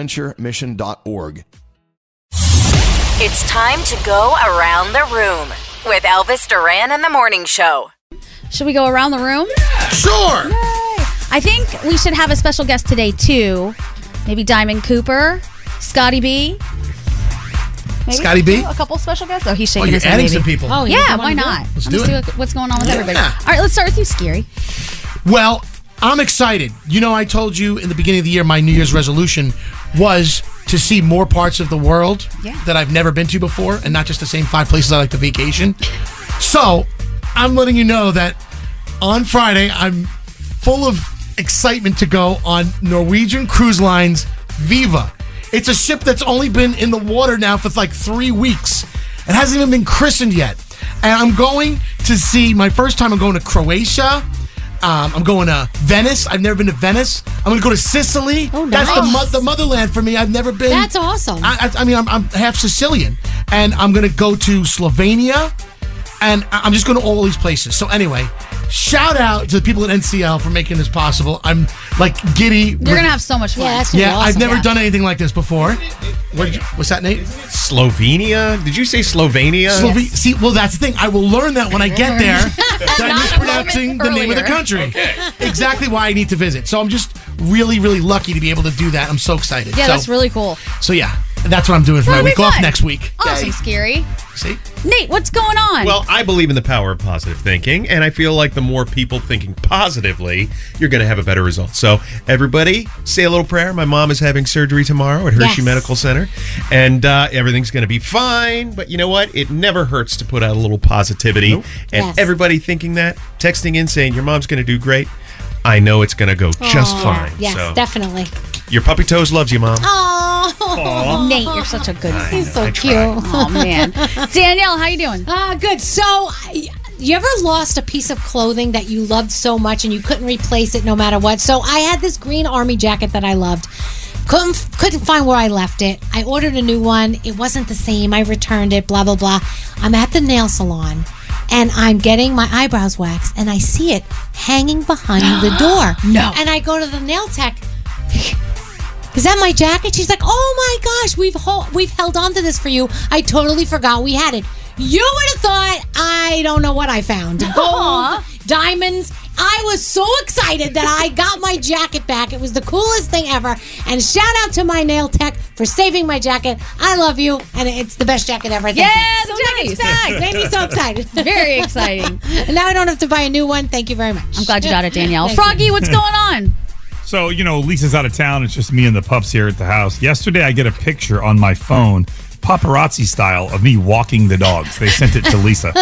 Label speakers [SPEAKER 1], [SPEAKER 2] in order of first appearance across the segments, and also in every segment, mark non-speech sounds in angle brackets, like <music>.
[SPEAKER 1] adventuremission.org.
[SPEAKER 2] It's time to go around the room with Elvis Duran and the Morning Show.
[SPEAKER 3] Should we go around the room?
[SPEAKER 1] Sure.
[SPEAKER 3] I think we should have a special guest today too. Maybe Diamond Cooper, Scotty B. Maybe
[SPEAKER 4] Scotty B?
[SPEAKER 3] A couple special guests. Oh, he's
[SPEAKER 4] Oh,
[SPEAKER 3] shaking
[SPEAKER 4] you're
[SPEAKER 3] his head.
[SPEAKER 4] adding
[SPEAKER 3] maybe.
[SPEAKER 4] some people.
[SPEAKER 5] Oh, you
[SPEAKER 3] yeah,
[SPEAKER 5] come
[SPEAKER 3] why
[SPEAKER 5] on,
[SPEAKER 3] not?
[SPEAKER 4] Let's
[SPEAKER 3] Let
[SPEAKER 4] do
[SPEAKER 3] me
[SPEAKER 4] it.
[SPEAKER 3] see what- what's going on with everybody.
[SPEAKER 4] Yeah.
[SPEAKER 3] All right, let's start with you, Scary.
[SPEAKER 4] Well, I'm excited. You know, I told you in the beginning of the year my New Year's resolution was to see more parts of the world
[SPEAKER 3] Yeah.
[SPEAKER 4] that I've never been to before and not just the same five places I like to vacation. So, I'm letting you know that on Friday, I'm full of excitement to go on Norwegian Cruise Line's Viva. It's a ship that's only been in the water now for like three weeks. It hasn't even been christened yet. And I'm going to see, my first time, I'm going to Croatia. Um, I'm going to Venice. I've never been to Venice. I'm going to go to Sicily.
[SPEAKER 5] Oh,
[SPEAKER 4] That's the,
[SPEAKER 5] nice.
[SPEAKER 4] mo- the motherland for me. I've never been.
[SPEAKER 5] That's awesome.
[SPEAKER 4] I, I, I mean, I'm, I'm half Sicilian, and I'm gonna go to Slovenia, and I- I'm just going to all these places. So anyway, shout out to the people at NCL for making this possible. I'm like giddy.
[SPEAKER 3] You're gonna have so much fun.
[SPEAKER 5] Yeah, that's
[SPEAKER 4] yeah,
[SPEAKER 5] awesome.
[SPEAKER 4] I've never
[SPEAKER 3] yeah.
[SPEAKER 4] done anything like this before. What did you- what's that, Nate?
[SPEAKER 6] Slovenia? Did you say Slovenia?
[SPEAKER 4] Slove- See, well, that's the thing. I will learn that when I
[SPEAKER 3] <laughs>
[SPEAKER 4] get there that I'm mispronouncing the name of the
[SPEAKER 3] earlier.
[SPEAKER 4] country. Exactly why I need to visit. So I'm just really, really lucky to be able to do that. I'm so excited.
[SPEAKER 3] Yeah,
[SPEAKER 4] so,
[SPEAKER 3] that's really cool.
[SPEAKER 4] So yeah, that's what I'm doing for my
[SPEAKER 3] That'll be
[SPEAKER 4] week off
[SPEAKER 3] fun.
[SPEAKER 4] next week.
[SPEAKER 3] Awesome, Scary.
[SPEAKER 4] See.
[SPEAKER 3] Nate, what's going on?
[SPEAKER 6] Well, I believe in the power of positive thinking, and I feel like the more people thinking positively, you're going to have a better result. So, everybody, say a little prayer. My mom is having surgery tomorrow at Hershey
[SPEAKER 5] Yes.
[SPEAKER 6] Medical Center, and uh, everything's going to be fine. But you know what? It never hurts to put out a little positivity. And
[SPEAKER 5] Yes.
[SPEAKER 6] everybody thinking that, texting in saying, Your mom's going to do great. I know it's going to go just fine.
[SPEAKER 5] Yes,
[SPEAKER 6] so,
[SPEAKER 5] definitely.
[SPEAKER 6] your puppy toes loves you, mom.
[SPEAKER 5] Oh,
[SPEAKER 3] Nate, you're such a good.
[SPEAKER 5] he's so
[SPEAKER 6] I
[SPEAKER 5] cute.
[SPEAKER 6] tried.
[SPEAKER 3] Oh man,
[SPEAKER 5] <laughs>
[SPEAKER 3] Danielle, how you doing?
[SPEAKER 5] Ah, good. So, I- you ever lost a piece of clothing that you loved so much and you couldn't replace it no matter what? So, I had this green army jacket that I loved. Couldn't couldn't find where I left it. I ordered a new one. It wasn't the same. I returned it. Blah blah blah. I'm at the nail salon, and I'm getting my eyebrows waxed, and I see it hanging behind
[SPEAKER 3] <gasps>
[SPEAKER 5] the door.
[SPEAKER 3] No.
[SPEAKER 5] And I go to the nail tech. Is that my jacket? She's like, oh my gosh, we've ho- we've held on to this for you. I totally forgot we had it. You would have thought I don't know what I found. Gold, diamonds. I was so excited that I got my jacket back. It was the coolest thing ever. And shout out to my nail tech for saving my jacket. I love you, and it's the best jacket ever. Thank you.
[SPEAKER 3] Yeah, the
[SPEAKER 5] So
[SPEAKER 3] jacket's
[SPEAKER 5] nice.
[SPEAKER 3] back.
[SPEAKER 5] Made me so excited.
[SPEAKER 3] <laughs> Very exciting.
[SPEAKER 5] <laughs> And now I don't have to buy a new one. Thank you very much.
[SPEAKER 3] I'm glad you got it, Danielle.
[SPEAKER 5] Thank you. <laughs>
[SPEAKER 3] Froggy, what's going on?
[SPEAKER 7] So, you know, Lisa's out of town. It's just me and the pups here at the house. Yesterday, I get a picture on my phone, paparazzi style, of me walking the dogs. They sent it to Lisa.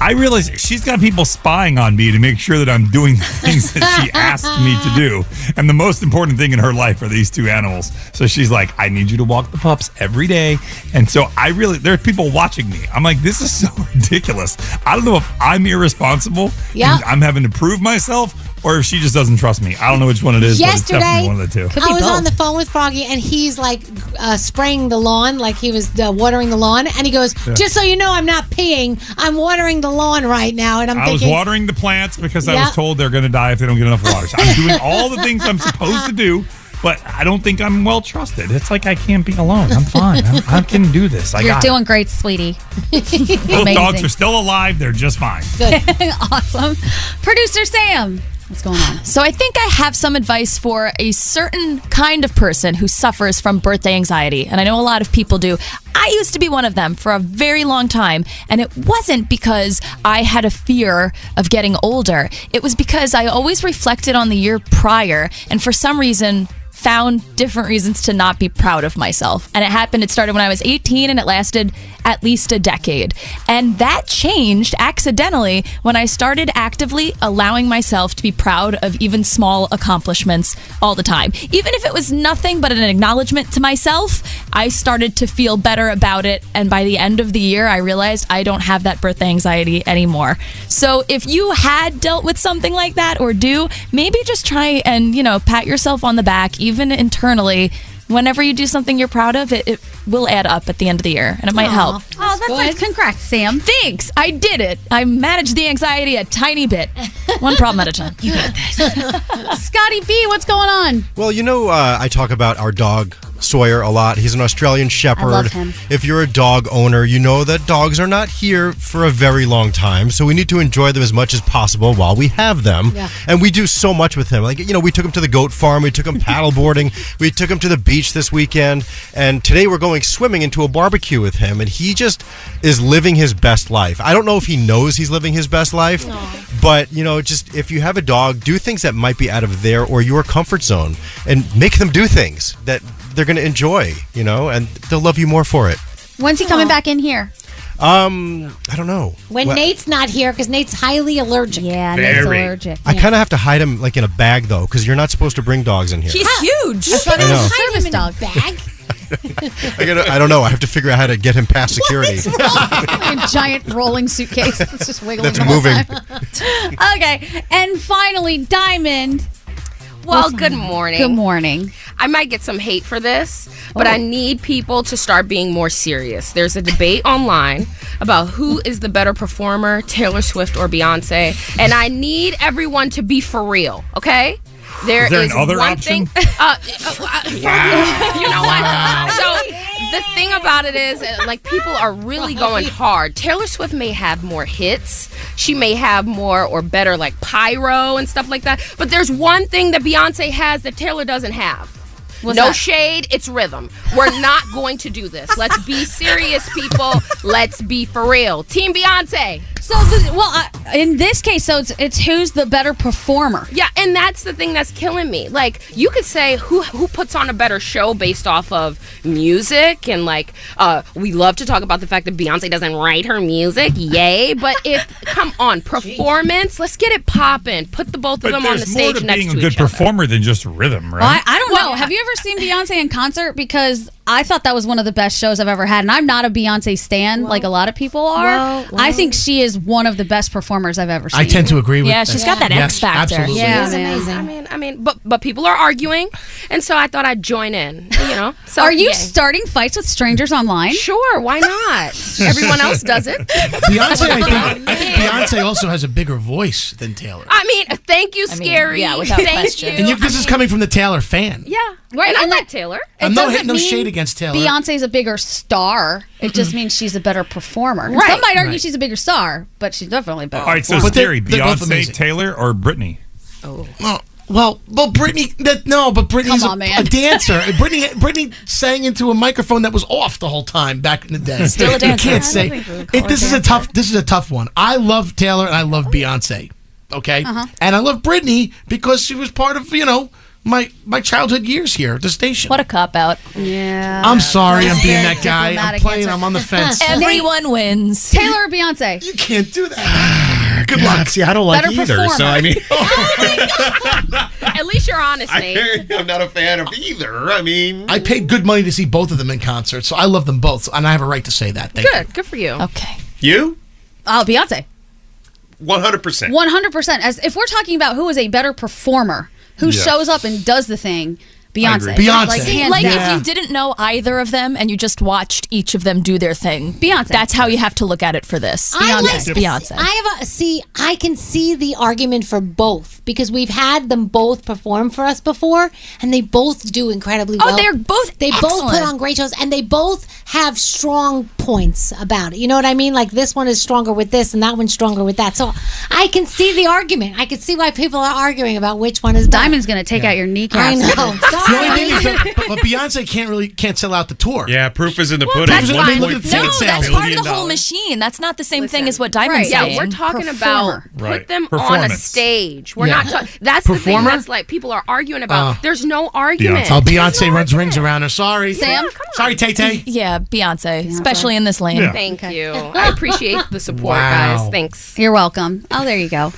[SPEAKER 7] I realize she's got people spying on me to make sure that I'm doing <laughs> the things that she asked me to do. And the most important thing in her life are these two animals. So she's like, I need you to walk the pups every day. And so I really, there are people watching me. I'm like, this is so <laughs> ridiculous. I don't know if I'm irresponsible.
[SPEAKER 5] Yeah.
[SPEAKER 7] and I'm having to prove myself. Or if she just doesn't trust me. I don't know which one it is, but it's
[SPEAKER 5] Yesterday,
[SPEAKER 7] definitely one of the two.
[SPEAKER 3] Could
[SPEAKER 5] I
[SPEAKER 3] be
[SPEAKER 5] was
[SPEAKER 3] both.
[SPEAKER 5] on the phone with Froggy, and he's like uh, spraying the lawn, like he was uh, watering the lawn. And he goes, "Just so you know, I'm not peeing. I'm watering the lawn right now." And I'm
[SPEAKER 7] I was
[SPEAKER 5] thinking,
[SPEAKER 7] watering the plants because I
[SPEAKER 5] Yeah.
[SPEAKER 7] was told they're going to die if they don't get enough water. So I'm doing all the things I'm supposed to do, but I don't think I'm well trusted. It's like I can't be alone. I'm fine. I'm, I can do this. I
[SPEAKER 3] You're
[SPEAKER 7] got
[SPEAKER 3] doing
[SPEAKER 7] <laughs>
[SPEAKER 3] great, sweetie.
[SPEAKER 7] it. Both dogs
[SPEAKER 3] amazing.
[SPEAKER 7] are still alive. They're just fine.
[SPEAKER 3] <laughs> awesome. Producer Sam, what's going on?
[SPEAKER 8] So I think I have some advice for a certain kind of person who suffers from birthday anxiety. And I know a lot of people do. I used to be one of them for a very long time. And it wasn't because I had a fear of getting older, it was because I always reflected on the year prior. And for some reason, found different reasons to not be proud of myself. And it happened, it started when I was 18 and it lasted at least a decade. And that changed accidentally when I started actively allowing myself to be proud of even small accomplishments all the time. Even if it was nothing but an acknowledgement to myself, I started to feel better about it. And by the end of the year, I realized I don't have that birthday anxiety anymore. So if you had dealt with something like that or do, maybe just try and, you know, pat yourself on the back, even internally. Whenever you do something you're proud of, it, it will add up at the end of the year and it might help.
[SPEAKER 3] Oh, that's nice. Congrats, Sam.
[SPEAKER 8] Thanks. I did it. I managed the anxiety a tiny bit. One problem at a time. You got this.
[SPEAKER 3] <laughs> Scotty B, what's going on?
[SPEAKER 9] Well, you know, uh, I talk about our dog Sawyer a lot. He's an Australian Shepherd.
[SPEAKER 3] love him.
[SPEAKER 9] If you're a dog owner, you know that dogs are not here for a very long time, so we need to enjoy them as much as possible while we have them. And we do so much with him. Like, you know, we took him to the goat farm, we took him paddleboarding, we took him to the beach this weekend, and today we're going swimming into a barbecue with him, and he just is living his best life. I don't know if he knows he's living his best life, but, you know, just if you have a dog, do things that might be out of their or your comfort zone and make them do things that they're going to enjoy, you know, and they'll love you more for it.
[SPEAKER 3] When's he coming back in here?
[SPEAKER 9] Um, I don't know.
[SPEAKER 5] when
[SPEAKER 9] Well,
[SPEAKER 5] Nate's not here because Nate's highly allergic.
[SPEAKER 3] Yeah,
[SPEAKER 6] Very.
[SPEAKER 3] Nate's allergic.
[SPEAKER 9] I kind of have to hide him like in a bag though, because you're not supposed to bring dogs in here.
[SPEAKER 8] He's huge.
[SPEAKER 5] But
[SPEAKER 9] I know.
[SPEAKER 5] hide him
[SPEAKER 3] Service
[SPEAKER 5] in a
[SPEAKER 3] dog.
[SPEAKER 5] bag.
[SPEAKER 9] I, gotta, I don't know. I have to figure out how to get him past security.
[SPEAKER 3] <laughs> a giant rolling suitcase that's just wiggling
[SPEAKER 9] That's
[SPEAKER 3] the whole
[SPEAKER 9] moving.
[SPEAKER 3] time. <laughs> okay, and finally, Diamond.
[SPEAKER 10] Well, good morning.
[SPEAKER 3] Good morning. Oh.
[SPEAKER 10] I might get some hate for this, but I need people to start being more serious. There's a debate <laughs> online about who is the better performer, Taylor Swift or Beyonce, and I need everyone to be for real, okay?
[SPEAKER 7] Is there an other
[SPEAKER 10] one
[SPEAKER 7] option?
[SPEAKER 10] thing. Uh, uh, uh, <laughs> you know what? So the thing about it is, uh, like, people are really going hard. Taylor Swift may have more hits. She may have more or better, like, pyro and stuff like that. But there's one thing that Beyonce has that Taylor doesn't have. no
[SPEAKER 3] that?
[SPEAKER 10] shade, it's rhythm. We're not going to do this. Let's
[SPEAKER 3] <laughs>
[SPEAKER 10] be serious, people. Let's be for real. Team Beyonce.
[SPEAKER 3] So, the, well, I, in this case, so it's, it's who's the better performer.
[SPEAKER 10] Yeah, and that's the thing that's killing me. Like you could say who who puts on a better show based off of music and like uh we love to talk about the fact that Beyonce doesn't write her music. Yay, but if come
[SPEAKER 7] <laughs>
[SPEAKER 10] on, performance, let's get it popping. Put the both of
[SPEAKER 7] But
[SPEAKER 10] them on the
[SPEAKER 7] there's more
[SPEAKER 10] stage
[SPEAKER 7] to
[SPEAKER 10] next
[SPEAKER 7] being
[SPEAKER 10] to
[SPEAKER 7] a good
[SPEAKER 10] each other.
[SPEAKER 7] performer than just rhythm, right?
[SPEAKER 3] Well, I, I don't know.
[SPEAKER 10] Well,
[SPEAKER 3] Have
[SPEAKER 10] <laughs>
[SPEAKER 3] you ever seen Beyonce in concert? Because I thought that was one of the best shows I've ever had, and I'm not a Beyonce stan like a lot of people are.
[SPEAKER 5] well, well.
[SPEAKER 3] I think she is one of the best performers I've ever seen.
[SPEAKER 4] I tend to agree with.
[SPEAKER 8] Yeah,
[SPEAKER 4] that.
[SPEAKER 8] she's got that X factor.
[SPEAKER 4] Absolutely.
[SPEAKER 3] yeah,
[SPEAKER 5] It's
[SPEAKER 3] man.
[SPEAKER 5] amazing.
[SPEAKER 10] I mean, I mean, but but people are arguing, and so I thought I'd join in. <laughs> You know, so
[SPEAKER 3] Are you
[SPEAKER 10] yay.
[SPEAKER 3] starting fights with strangers online? <laughs>
[SPEAKER 6] <laughs>
[SPEAKER 10] sure? Why not? Everyone else does it.
[SPEAKER 4] Beyonce, I think, I think Beyonce also has a bigger voice than Taylor.
[SPEAKER 10] I mean, thank you,
[SPEAKER 8] I mean,
[SPEAKER 10] Scary.
[SPEAKER 8] yeah, without
[SPEAKER 10] thank
[SPEAKER 8] question.
[SPEAKER 10] You.
[SPEAKER 4] And you, this is coming from the Taylor fan.
[SPEAKER 10] Yeah, right. And I
[SPEAKER 3] and
[SPEAKER 10] like Taylor.
[SPEAKER 4] I'm
[SPEAKER 3] It
[SPEAKER 4] no
[SPEAKER 3] doesn't
[SPEAKER 4] hit- no
[SPEAKER 3] mean
[SPEAKER 4] shade against Taylor.
[SPEAKER 3] Beyonce's a bigger star. It just means she's a better performer. And
[SPEAKER 8] Right.
[SPEAKER 3] Some might argue
[SPEAKER 8] Right.
[SPEAKER 3] she's a bigger star, but she's definitely a better.
[SPEAKER 7] All right, so
[SPEAKER 3] performer.
[SPEAKER 7] scary.
[SPEAKER 4] they're both
[SPEAKER 7] Beyonce,
[SPEAKER 4] amazing. Oh.
[SPEAKER 7] Taylor, or Britney?
[SPEAKER 4] Well, well, well, Britney. That, no, but Britney's
[SPEAKER 3] Come on,
[SPEAKER 4] a,
[SPEAKER 3] man.
[SPEAKER 4] a dancer. Britney, Britney sang into a microphone that was off the whole time back in the day.
[SPEAKER 11] Still a dancer.
[SPEAKER 4] You can't
[SPEAKER 11] I don't
[SPEAKER 4] say
[SPEAKER 11] think we would call
[SPEAKER 4] it,
[SPEAKER 11] her
[SPEAKER 4] this is a tough. This is a tough one. I love Taylor and I love Beyonce. Okay,
[SPEAKER 11] Uh-huh.
[SPEAKER 4] and I love Britney because she was part of you know my my childhood years here at the station.
[SPEAKER 8] What a cop out.
[SPEAKER 3] Yeah.
[SPEAKER 4] I'm sorry, I'm being
[SPEAKER 3] Very
[SPEAKER 4] that guy. I'm
[SPEAKER 3] diplomatic
[SPEAKER 4] playing.
[SPEAKER 3] answer. <laughs>
[SPEAKER 4] I'm on the fence.
[SPEAKER 8] Everyone wins.
[SPEAKER 3] Taylor or Beyonce? You
[SPEAKER 4] can't do that.
[SPEAKER 3] <sighs>
[SPEAKER 6] Good luck. See, I don't like
[SPEAKER 3] Better
[SPEAKER 6] either. So I mean,
[SPEAKER 10] At least you're honest, Nate.
[SPEAKER 6] <laughs> I, am not a fan of either. I mean,
[SPEAKER 4] I paid good money to see both of them in concert, so I love them both, and I have a right to say that. Thank you.
[SPEAKER 3] Good.
[SPEAKER 10] Good for you.
[SPEAKER 8] Okay.
[SPEAKER 6] You,
[SPEAKER 3] Oh, Beyonce.
[SPEAKER 6] one hundred percent.
[SPEAKER 3] One hundred percent. As if we're talking about who is a better performer, who
[SPEAKER 6] Yes.
[SPEAKER 3] shows up and does the thing, Beyonce. Like, hands
[SPEAKER 8] like
[SPEAKER 3] down.
[SPEAKER 8] if you didn't know either of them and you just watched each of them do their thing.
[SPEAKER 3] Beyonce.
[SPEAKER 8] That's how you have to look at it for this.
[SPEAKER 5] I like
[SPEAKER 8] Beyonce.
[SPEAKER 5] to
[SPEAKER 8] Beyonce.
[SPEAKER 5] I have a see. I can see the argument for both because we've had them both perform for us before, and they both do incredibly
[SPEAKER 8] Oh,
[SPEAKER 5] well.
[SPEAKER 8] they're both
[SPEAKER 5] they both put
[SPEAKER 8] excellent.
[SPEAKER 5] on great shows, and they both have strong points about it. You know what I mean? Like this one is stronger with this, and that one's stronger with that. So I can see the argument. I can see why people are arguing about which one is. Diamond's
[SPEAKER 3] going to take out your
[SPEAKER 5] I
[SPEAKER 3] kneecaps.
[SPEAKER 4] <laughs>
[SPEAKER 5] know. <laughs>
[SPEAKER 4] The only thing is, that, but, but Beyonce can't really can't sell out the tour.
[SPEAKER 6] Yeah, proof is in the
[SPEAKER 4] Well,
[SPEAKER 6] pudding.
[SPEAKER 4] that's fine. Look at the
[SPEAKER 6] $1.4
[SPEAKER 4] ticket sales.
[SPEAKER 8] That's part of the
[SPEAKER 6] billion
[SPEAKER 8] whole machine. That's not the same thing as what Diamond
[SPEAKER 10] Right.
[SPEAKER 8] saying.
[SPEAKER 10] Yeah, we're talking about put
[SPEAKER 6] Right.
[SPEAKER 10] them on a
[SPEAKER 6] Performance.
[SPEAKER 10] stage. We're
[SPEAKER 4] Yeah.
[SPEAKER 10] not talking. That's the thing.
[SPEAKER 4] Performer?
[SPEAKER 10] That's like people are arguing about.
[SPEAKER 4] Oh.
[SPEAKER 10] There's no argument.
[SPEAKER 4] Oh, Beyonce runs rings around her. Sorry,
[SPEAKER 10] Sam? Yeah,
[SPEAKER 4] Sorry, Tay Tay.
[SPEAKER 8] Yeah, Beyonce, especially in this lane. <laughs>
[SPEAKER 4] Yeah.
[SPEAKER 10] Thank you. I appreciate the support,
[SPEAKER 4] Wow.
[SPEAKER 10] guys. Thanks.
[SPEAKER 3] You're welcome. Oh, there you go.